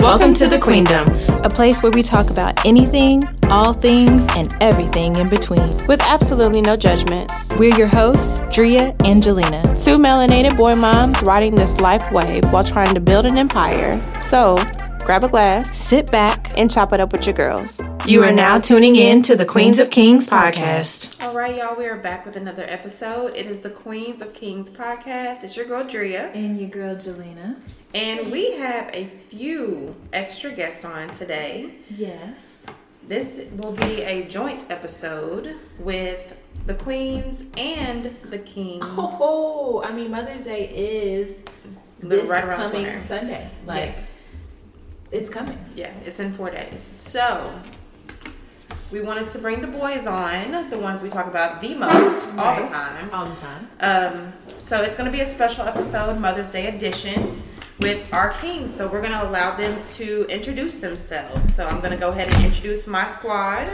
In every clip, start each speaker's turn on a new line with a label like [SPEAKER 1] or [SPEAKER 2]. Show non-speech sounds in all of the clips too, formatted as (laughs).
[SPEAKER 1] Welcome to the Queendom,
[SPEAKER 2] a place where we talk about anything, all things, and everything in between.
[SPEAKER 1] with absolutely no judgment.
[SPEAKER 2] We're your hosts, Drea Angelina.
[SPEAKER 1] Two melanated boy moms riding this life wave while trying to build an empire. So, grab a glass
[SPEAKER 2] Sit back.
[SPEAKER 1] and chop it up with your girls. You are now tuning in to the Queens of Kings podcast. All right, y'all, we are back with another episode. It is the Queens of Kings podcast. It's your girl Drea,
[SPEAKER 2] And your girl, Jelena.
[SPEAKER 1] and we have a few extra guests on today.
[SPEAKER 2] Yes.
[SPEAKER 1] This will be a joint episode with the Queens and the Kings.
[SPEAKER 2] Oh, I mean, Mother's Day is
[SPEAKER 1] Li-
[SPEAKER 2] this
[SPEAKER 1] right around the
[SPEAKER 2] coming
[SPEAKER 1] corner.
[SPEAKER 2] Sunday. Like,
[SPEAKER 1] Yes.
[SPEAKER 2] it's coming.
[SPEAKER 1] Yeah, it's in four days. So we wanted to bring the boys on, the ones we talk about the most all the
[SPEAKER 2] Right.
[SPEAKER 1] time.
[SPEAKER 2] All the time.
[SPEAKER 1] Um, so it's going to be a special episode, Mother's Day edition, with our kings. So we're going to allow them to introduce themselves. So I'm going to go ahead and introduce my squad.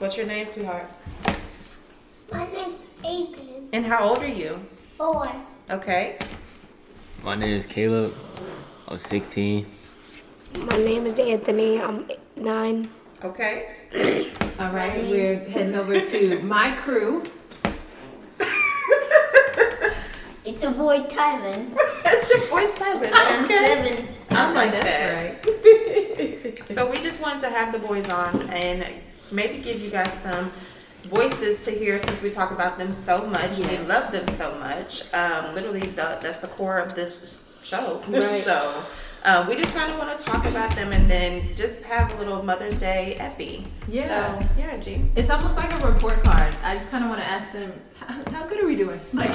[SPEAKER 1] What's your name, sweetheart?
[SPEAKER 3] My name's Aiden.
[SPEAKER 1] And how old are you?
[SPEAKER 3] Four.
[SPEAKER 1] Okay.
[SPEAKER 4] My name is Caleb. I'm 16.
[SPEAKER 5] My name is Anthony. I'm nine.
[SPEAKER 1] Okay. (laughs)
[SPEAKER 2] All right, we're heading over to my crew.
[SPEAKER 3] It's a boy, Tyvin.
[SPEAKER 1] That's your boy Tyler.
[SPEAKER 3] I'm seven.
[SPEAKER 1] I like
[SPEAKER 2] That's
[SPEAKER 1] that.
[SPEAKER 2] right.
[SPEAKER 1] So we just wanted to have the boys on and maybe give you guys some voices to hear since we talk about them so much. We love them so much. Um, literally, the, that's the core of this show.
[SPEAKER 2] Right.
[SPEAKER 1] (laughs) so uh, we just kind of want to talk about them and then just have a little Mother's Day epi.
[SPEAKER 2] Yeah.
[SPEAKER 1] So, yeah, G.
[SPEAKER 2] It's almost like a report card. I just kind of want to ask them, how, how good are we doing? Like,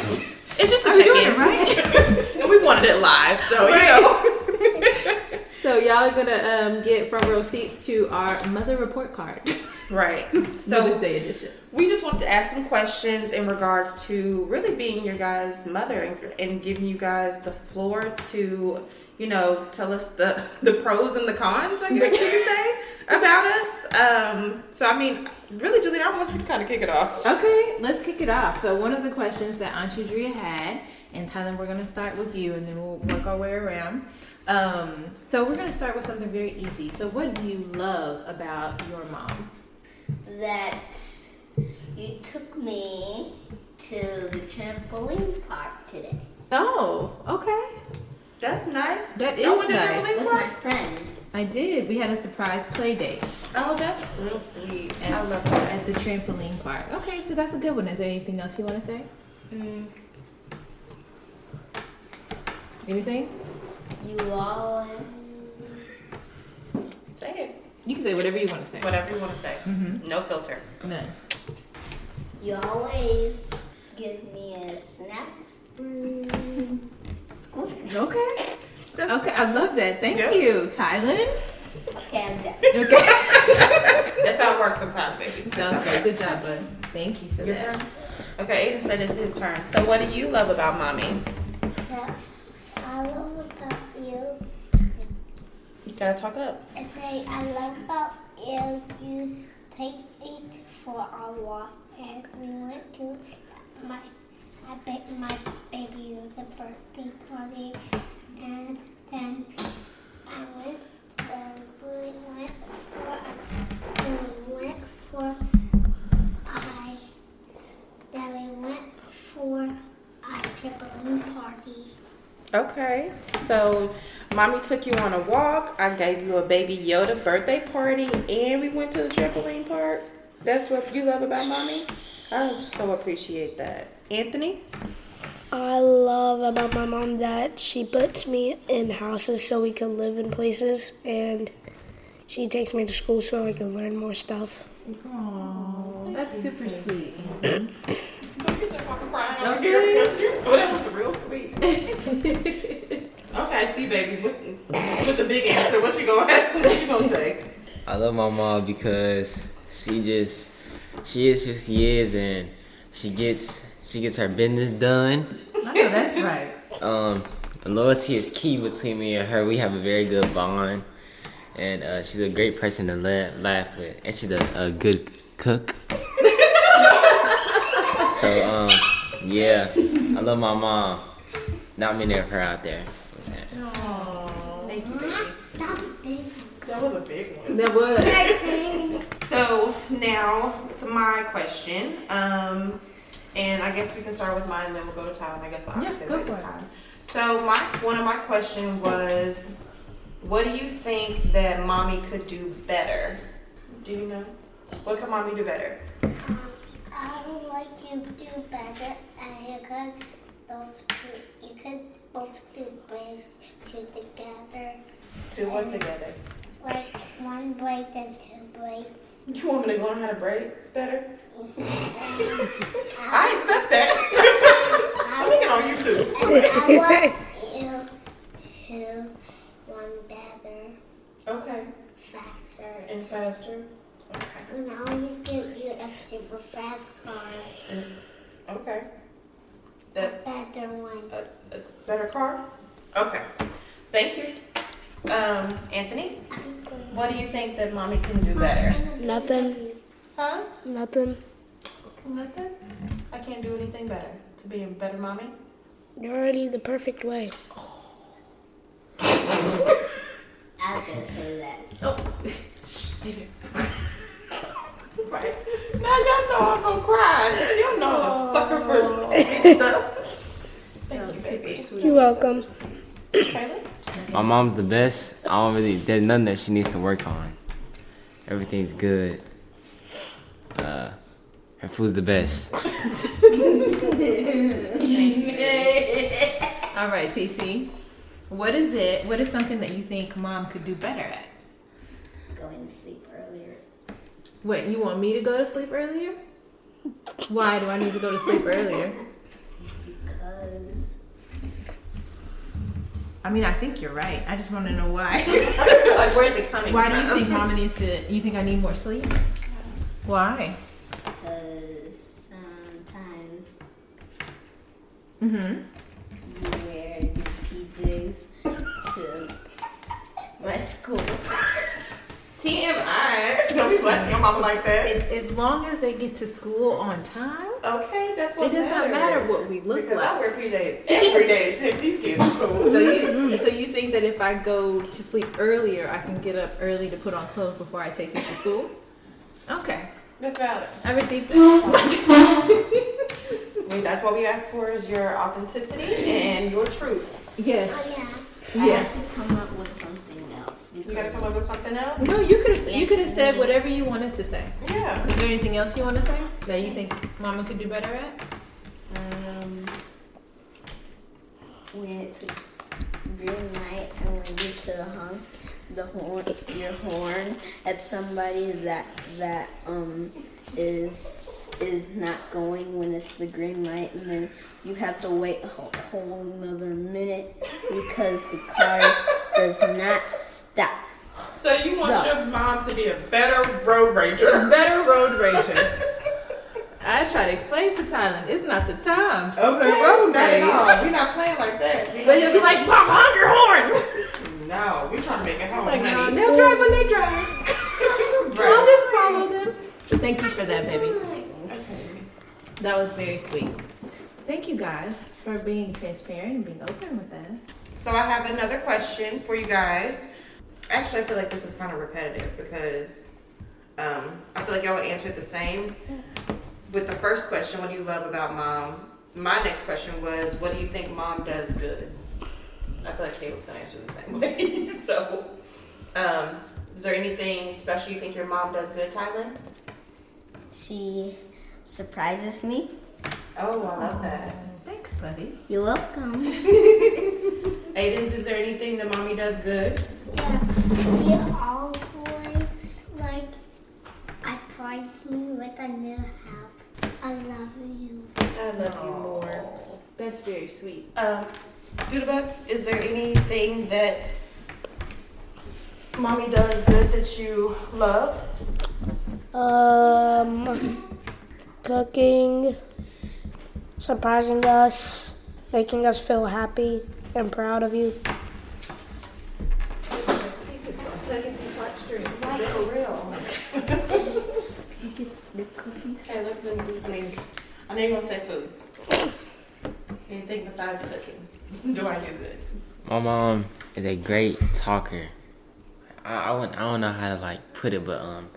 [SPEAKER 1] It's just a
[SPEAKER 2] are we
[SPEAKER 1] check
[SPEAKER 2] doing
[SPEAKER 1] in,
[SPEAKER 2] it right?
[SPEAKER 1] (laughs) and we wanted it live, so
[SPEAKER 2] Right.
[SPEAKER 1] you know.
[SPEAKER 2] So y'all are gonna um, get front row seats to our mother report card,
[SPEAKER 1] (laughs) right.
[SPEAKER 2] Mother's
[SPEAKER 1] So
[SPEAKER 2] Day edition.
[SPEAKER 1] We just wanted to ask some questions in regards to really being your guys' mother and, and giving you guys the floor to, you know, tell us the, (laughs) the pros and the cons, I guess you could (laughs) say, about us. Um, so, I mean, really, Julian, I want you to kind of kick it off.
[SPEAKER 2] Okay, let's kick it off. So one of the questions that Auntie Drea had, and Tyler, we're gonna start with you, and then we'll work our way around. Um, so we're gonna start with something very easy. So what do you love about your mom?
[SPEAKER 3] That you took me to the trampoline park today.
[SPEAKER 2] Oh, okay,
[SPEAKER 1] That's nice.
[SPEAKER 2] That
[SPEAKER 1] Y'all
[SPEAKER 2] is
[SPEAKER 1] went to
[SPEAKER 2] nice.
[SPEAKER 1] Trampoline
[SPEAKER 3] That's
[SPEAKER 1] Park?
[SPEAKER 3] my friend.
[SPEAKER 2] I did. We had a surprise play date
[SPEAKER 1] Oh, that's real sweet. I
[SPEAKER 2] And-
[SPEAKER 1] love that.
[SPEAKER 2] at the trampoline park. Okay, so that's a good one. Is there anything else you want to say?
[SPEAKER 3] Mm,
[SPEAKER 2] Anything?
[SPEAKER 3] you always.
[SPEAKER 1] Say
[SPEAKER 2] You can say whatever you want to say.
[SPEAKER 1] it. Whatever you want to say.
[SPEAKER 2] Mhm.
[SPEAKER 1] No filter.
[SPEAKER 2] None.
[SPEAKER 3] You always give me a snap. Mm, Scoop.
[SPEAKER 2] Okay. Okay, I love that. Thank
[SPEAKER 1] Yeah.
[SPEAKER 2] you, Tylen.
[SPEAKER 3] Okay, I'm done.
[SPEAKER 2] Okay.
[SPEAKER 1] That's how it works sometimes, baby.
[SPEAKER 2] Sounds good. Good job, bud. Thank you for
[SPEAKER 1] Your
[SPEAKER 2] that.
[SPEAKER 1] turn. Okay, Aiden said it's his turn. So, what do you love about mommy?
[SPEAKER 3] So, I love about you.
[SPEAKER 1] You gotta talk up.
[SPEAKER 3] I say I love about you. You take me for a walk, and we went to my I bake my baby the birthday party, and then I went. Then we went for we went for I then we went for a trampoline party.
[SPEAKER 1] Okay, so mommy took you on a walk. I gave you a baby Yoda birthday party, and we went to the trampoline park. That's what you love about mommy. I so appreciate that, Anthony.
[SPEAKER 5] I love about my mom that she puts me in houses so we can live in places, and she takes me to school so I can learn more stuff.
[SPEAKER 2] That's super sweet.
[SPEAKER 1] Don't get your fucking crying
[SPEAKER 2] over here, Okay.
[SPEAKER 1] Oh, that was real sweet. okay, see, baby, with, with the big answer, what you gonna (laughs) what you gonna take?
[SPEAKER 4] I love my mom because she just she is who she is and she gets she gets her business done.
[SPEAKER 2] I know Oh, that's right.
[SPEAKER 4] Um, loyalty is key between me and her. We have a very good bond, and uh, she's a great person to laugh, laugh with, and she's a, a good cook. so um, Yeah, I love my mom. Not many of her out there. What's that?
[SPEAKER 1] Thank you, baby.
[SPEAKER 3] That's big.
[SPEAKER 1] That was a big one.
[SPEAKER 2] That was.
[SPEAKER 1] So now it's my question. Um, and I guess we can start with mine and then we'll go to Tyler. I guess the
[SPEAKER 2] Yeah,
[SPEAKER 1] opposite
[SPEAKER 2] go
[SPEAKER 1] way this
[SPEAKER 2] for it.
[SPEAKER 1] time. So my one of my question was what do you think that mommy could do better? Do you know? What could mommy do better?
[SPEAKER 3] I would like you to do better, and you could both do, you could both do braids two together,
[SPEAKER 1] Do what together?
[SPEAKER 3] like one braid and two braids.
[SPEAKER 1] You want me to learn how to braid better?
[SPEAKER 3] I,
[SPEAKER 1] (laughs) I accept that. (laughs) I'm looking on YouTube.
[SPEAKER 3] and I want you to one better,
[SPEAKER 1] Okay.
[SPEAKER 3] faster.
[SPEAKER 1] And faster. Okay.
[SPEAKER 3] Now you can do a super fast car,
[SPEAKER 1] Okay.
[SPEAKER 3] a
[SPEAKER 1] That
[SPEAKER 3] better one.
[SPEAKER 1] a, a better car? Okay. Thank you. Um, Anthony,
[SPEAKER 3] I'm going-
[SPEAKER 1] what do you think that mommy can do better?
[SPEAKER 3] I'm gonna
[SPEAKER 5] Nothing.
[SPEAKER 3] do
[SPEAKER 1] Huh?
[SPEAKER 5] Nothing.
[SPEAKER 1] Nothing? I can't do anything better to be a better mommy.
[SPEAKER 5] You're already the perfect way.
[SPEAKER 6] I was gonna say that.
[SPEAKER 1] (laughs) Right. Now y'all know I'm gonna cry. Y'all know I'm a sucker for sweet stuff. Thank you, baby.
[SPEAKER 5] You're welcome.
[SPEAKER 1] Caleb?
[SPEAKER 4] My mom's the best. I don't really. There's nothing that she needs to work on. Everything's good. Uh, her food's the best.
[SPEAKER 2] All right, TC. What is it? What is something that you think mom could do better at?
[SPEAKER 6] Going to sleep earlier.
[SPEAKER 2] What, you want me to go to sleep earlier? Why do I need to go to sleep earlier?
[SPEAKER 6] Because
[SPEAKER 2] I mean, I think you're right. I just want to know (laughs) why.
[SPEAKER 1] like, where's it coming
[SPEAKER 2] Why do
[SPEAKER 1] from?
[SPEAKER 2] you think mama needs to? You think I need more sleep? Why?
[SPEAKER 6] because sometimes
[SPEAKER 2] Mm-hmm.
[SPEAKER 6] you wear your PJs to my school.
[SPEAKER 1] TMI. Don't be blessing your mama like that.
[SPEAKER 2] As long as they get to school on time.
[SPEAKER 1] Okay, that's what
[SPEAKER 2] It does not matter
[SPEAKER 1] matters.
[SPEAKER 2] what we look
[SPEAKER 1] because I
[SPEAKER 2] like.
[SPEAKER 1] wear PJs every day to take these kids to school.
[SPEAKER 2] So you, so you think that if I go to sleep earlier, I can get up early to put on clothes before I take you to school? Okay,
[SPEAKER 1] That's valid.
[SPEAKER 2] I received that.
[SPEAKER 1] I mean, that's what we ask for is your authenticity and your truth.
[SPEAKER 2] yes.
[SPEAKER 3] Oh yeah.
[SPEAKER 6] I
[SPEAKER 2] Yeah.
[SPEAKER 6] have to come up with something else.
[SPEAKER 1] You gotta come
[SPEAKER 6] because
[SPEAKER 1] up with something else.
[SPEAKER 2] No, you could have you could have said whatever you wanted to say.
[SPEAKER 1] Yeah.
[SPEAKER 2] Is there anything else you want to say that you think Mama could do better at?
[SPEAKER 6] Um, when it's real night and when you to the honk the horn your horn at somebody that that um is is not going when it's the green light and then you have to wait a whole, whole another minute because the car does not stop.
[SPEAKER 1] So you want
[SPEAKER 6] No.
[SPEAKER 1] your mom to be a better road ranger.
[SPEAKER 2] Better road rager. I try to explain to Tylen, it's not the time.
[SPEAKER 1] Okay, well, not at all. We're not playing like
[SPEAKER 2] But
[SPEAKER 1] that.
[SPEAKER 2] he'll be like, Mom, honk your horn.
[SPEAKER 1] No, we trying to make it home,
[SPEAKER 2] Like, no,
[SPEAKER 1] honey.
[SPEAKER 2] they'll drive when they drive. I'll
[SPEAKER 1] Right.
[SPEAKER 2] just follow them. Thank you for that, baby. That was very sweet. Thank you guys for being transparent and being open with us.
[SPEAKER 1] So I have another question for you guys. Actually, I feel like this is kind of repetitive because um, I feel like y'all would answer it the same. With the first question, what do you love about mom? My next question was, what do you think mom does good? I feel like Caleb's gonna answer the same (laughs) way. so, um, is there anything special you think your mom does good, Tyler?
[SPEAKER 6] She surprises me.
[SPEAKER 1] Oh, I love that.
[SPEAKER 2] Thanks, buddy.
[SPEAKER 6] You're welcome.
[SPEAKER 1] Aiden, is there anything that mommy does good?
[SPEAKER 3] Yeah, you always like I pride me with a new house. I love you.
[SPEAKER 1] I love you more.
[SPEAKER 2] That's very sweet.
[SPEAKER 1] Um, Doodabug, is there anything that mommy does good that you love?
[SPEAKER 5] Um, cooking, surprising us, making us feel happy and proud of you.
[SPEAKER 1] For real.
[SPEAKER 6] The cookies.
[SPEAKER 1] Okay, let's do I know you're gonna say food. Anything besides cooking? (laughs) Do I do good?
[SPEAKER 4] My mom is a great talker. I I, wouldn't- I don't know how to like put it, but um,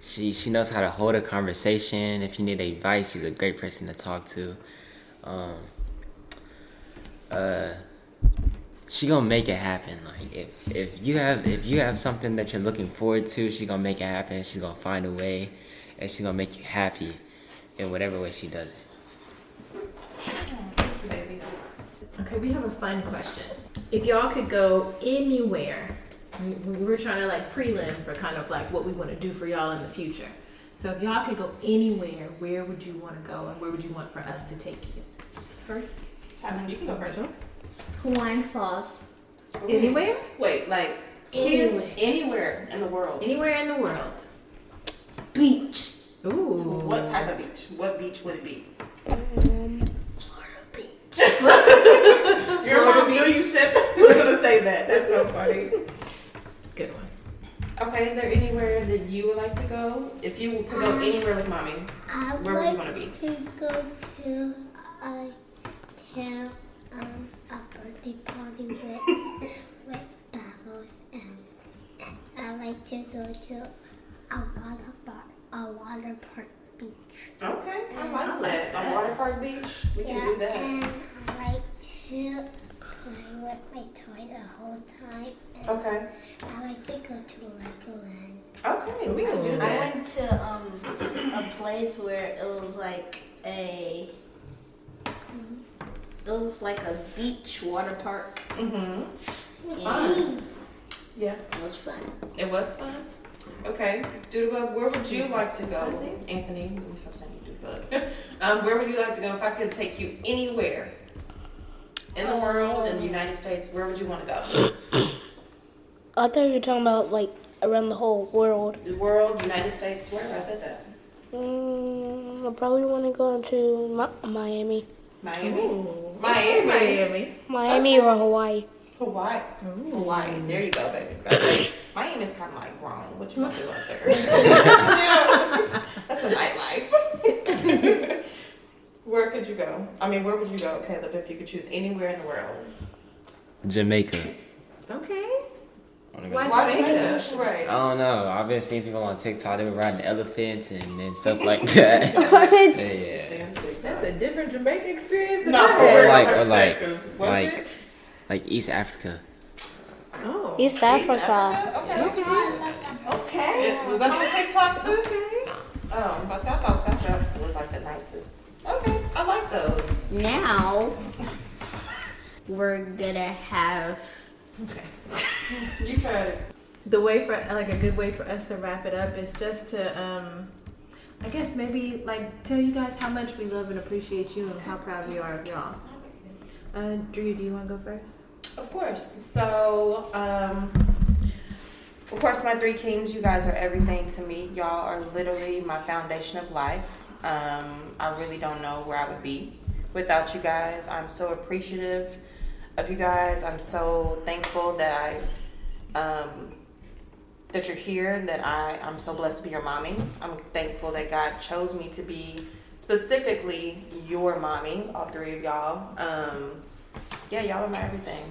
[SPEAKER 4] she she knows how to hold a conversation. If you need advice, she's a great person to talk to. Um, uh, she gonna make it happen. Like if if you have if you have something that you're looking forward to, she gonna make it happen. She's gonna find a way, and she's gonna make you happy, in whatever way she does it.
[SPEAKER 1] Baby.
[SPEAKER 2] Okay, we have a fun question. If y'all could go anywhere, we- we were trying to like prelim for kind of like what we want to do for y'all in the future. So if y'all could go anywhere, where would you want to go and where would you want for us to take you?
[SPEAKER 6] First,
[SPEAKER 1] Tyler, you can go first.
[SPEAKER 6] Hawaiian Falls.
[SPEAKER 2] Anywhere?
[SPEAKER 1] Wait, like
[SPEAKER 2] Anywhere.
[SPEAKER 1] here, anywhere in the world.
[SPEAKER 2] Anywhere in the world.
[SPEAKER 6] Beach.
[SPEAKER 2] Ooh.
[SPEAKER 1] What type of beach? What beach would it be? Your
[SPEAKER 2] Florida
[SPEAKER 1] mom knew you said (laughs) was gonna say that. That's so funny.
[SPEAKER 2] Good one.
[SPEAKER 1] Okay, is there anywhere that you would like to go? If you could go anywhere with mommy,
[SPEAKER 3] I
[SPEAKER 1] Where would you wanna be?
[SPEAKER 3] to go to a camp, um, a birthday party with with bubbles, and, and I like to go to a water park, a water park beach.
[SPEAKER 1] okay, I Mm-hmm. like that. A water park beach, we can do that.
[SPEAKER 3] and I like to play with my toy the whole time. And
[SPEAKER 1] Okay,
[SPEAKER 3] I like to go to Legoland.
[SPEAKER 1] okay, we can do
[SPEAKER 2] Ooh.
[SPEAKER 6] I
[SPEAKER 1] that.
[SPEAKER 6] went to um a place where it was like a it was like a beach water park.
[SPEAKER 1] Mhm.
[SPEAKER 6] And
[SPEAKER 1] Fun. Yeah,
[SPEAKER 6] it was fun.
[SPEAKER 1] it was fun. Okay, Doodlebug, where would you like to go, Anthony? Let me stop saying Doodlebug. (laughs) um, where would you like to go if I could take you anywhere in the world, in the United States? Where would you want to go?
[SPEAKER 5] I thought you were talking about like around the whole world.
[SPEAKER 1] The world, United States. Where I said that?
[SPEAKER 5] Mm, I probably want to go to Mi- Miami,
[SPEAKER 1] Miami. Miami.
[SPEAKER 2] Miami.
[SPEAKER 5] Miami or Hawaii.
[SPEAKER 1] Hawaii. Hawaii. There you go, baby. That's it. Miami's kind of like grown. What you gonna do out there? That's the nightlife. (laughs) where could you go? I mean, where would you go, Caleb, if you could choose anywhere in the world?
[SPEAKER 4] Jamaica.
[SPEAKER 2] Okay.
[SPEAKER 4] I wanna go
[SPEAKER 2] Why
[SPEAKER 4] to
[SPEAKER 2] Jamaica?
[SPEAKER 1] Right.
[SPEAKER 4] I don't know. I've been seeing people on TikTok. They were riding elephants and, and stuff like that. yeah.
[SPEAKER 1] Damn
[SPEAKER 2] That's
[SPEAKER 1] TikTok.
[SPEAKER 2] a different Jamaica experience than
[SPEAKER 1] No,
[SPEAKER 2] I
[SPEAKER 1] for
[SPEAKER 2] had.
[SPEAKER 4] Or
[SPEAKER 1] real.
[SPEAKER 4] like, or like,
[SPEAKER 1] Was
[SPEAKER 4] like,
[SPEAKER 1] it?
[SPEAKER 4] like East Africa.
[SPEAKER 2] Oh.
[SPEAKER 5] East Africa.
[SPEAKER 1] Uh, Okay.
[SPEAKER 3] I like a
[SPEAKER 1] Okay. Was that on TikTok too? Okay. Um, but see, I thought South Africa was like the nicest. Okay, I like those.
[SPEAKER 6] Now we're gonna have
[SPEAKER 2] Okay.
[SPEAKER 1] You tried it.
[SPEAKER 2] the way for like a good way for us to wrap it up is just to um i guess maybe like tell you guys how much we love and appreciate you and how proud we are of y'all uh drew do you want to go first
[SPEAKER 1] Of course. So, um, of course, my three kings, you guys are everything to me. Y'all are literally my foundation of life. Um, I really don't know where I would be without you guys. I'm so appreciative of you guys. I'm so thankful that I, um, that you're here and that I, I'm so blessed to be your mommy. I'm thankful that God chose me to be specifically your mommy, all three of y'all. Um, yeah, y'all are my everything.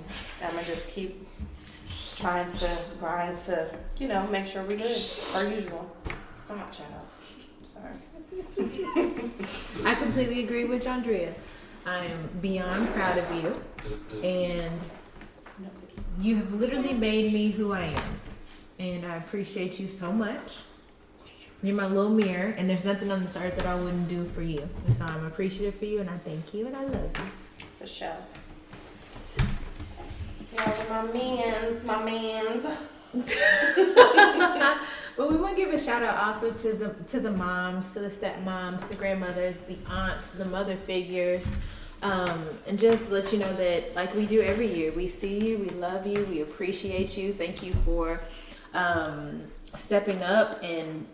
[SPEAKER 1] I'm gonna just keep trying to grind to, you know, make sure we good per usual. Stop, child. Sorry.
[SPEAKER 2] i completely agree with Jandrea. i am beyond proud of you and
[SPEAKER 1] No cookie.
[SPEAKER 2] you have literally made me who i am and i appreciate you so much you're my little mirror and there's nothing on this earth that i wouldn't do for you and so i'm appreciative for you and i thank you and i love you
[SPEAKER 1] For sure. Y'all are my mans, my mans.
[SPEAKER 2] (laughs) But we want to give a shout out also to the to the moms, to the stepmoms, to grandmothers, the aunts, the mother figures, um, and just let you know that like we do every year, we see you, we love you, we appreciate you. Thank you for um, stepping up and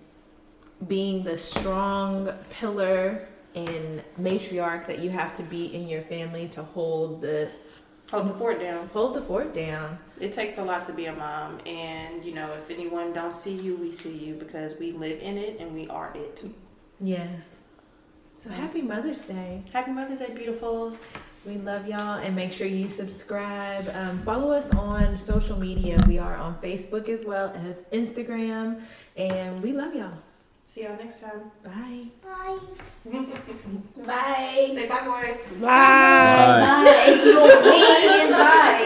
[SPEAKER 2] being the strong pillar and matriarch that you have to be in your family to hold the
[SPEAKER 1] Hold the fort down.
[SPEAKER 2] hold the fort down.
[SPEAKER 1] It takes a lot to be a mom, and you know, if anyone don't see you, we see you because we live in it and we are it.
[SPEAKER 2] Yes. So happy Mother's Day.
[SPEAKER 1] Happy Mother's Day, beautifuls.
[SPEAKER 2] We love y'all and make sure you subscribe. Um, follow us on social media. We are on Facebook as well as Instagram. And we love y'all.
[SPEAKER 1] See y'all next time.
[SPEAKER 2] Bye.
[SPEAKER 3] Bye.
[SPEAKER 6] Bye.
[SPEAKER 1] Say bye, boys.
[SPEAKER 5] Bye.
[SPEAKER 6] Bye. Bye. Bye.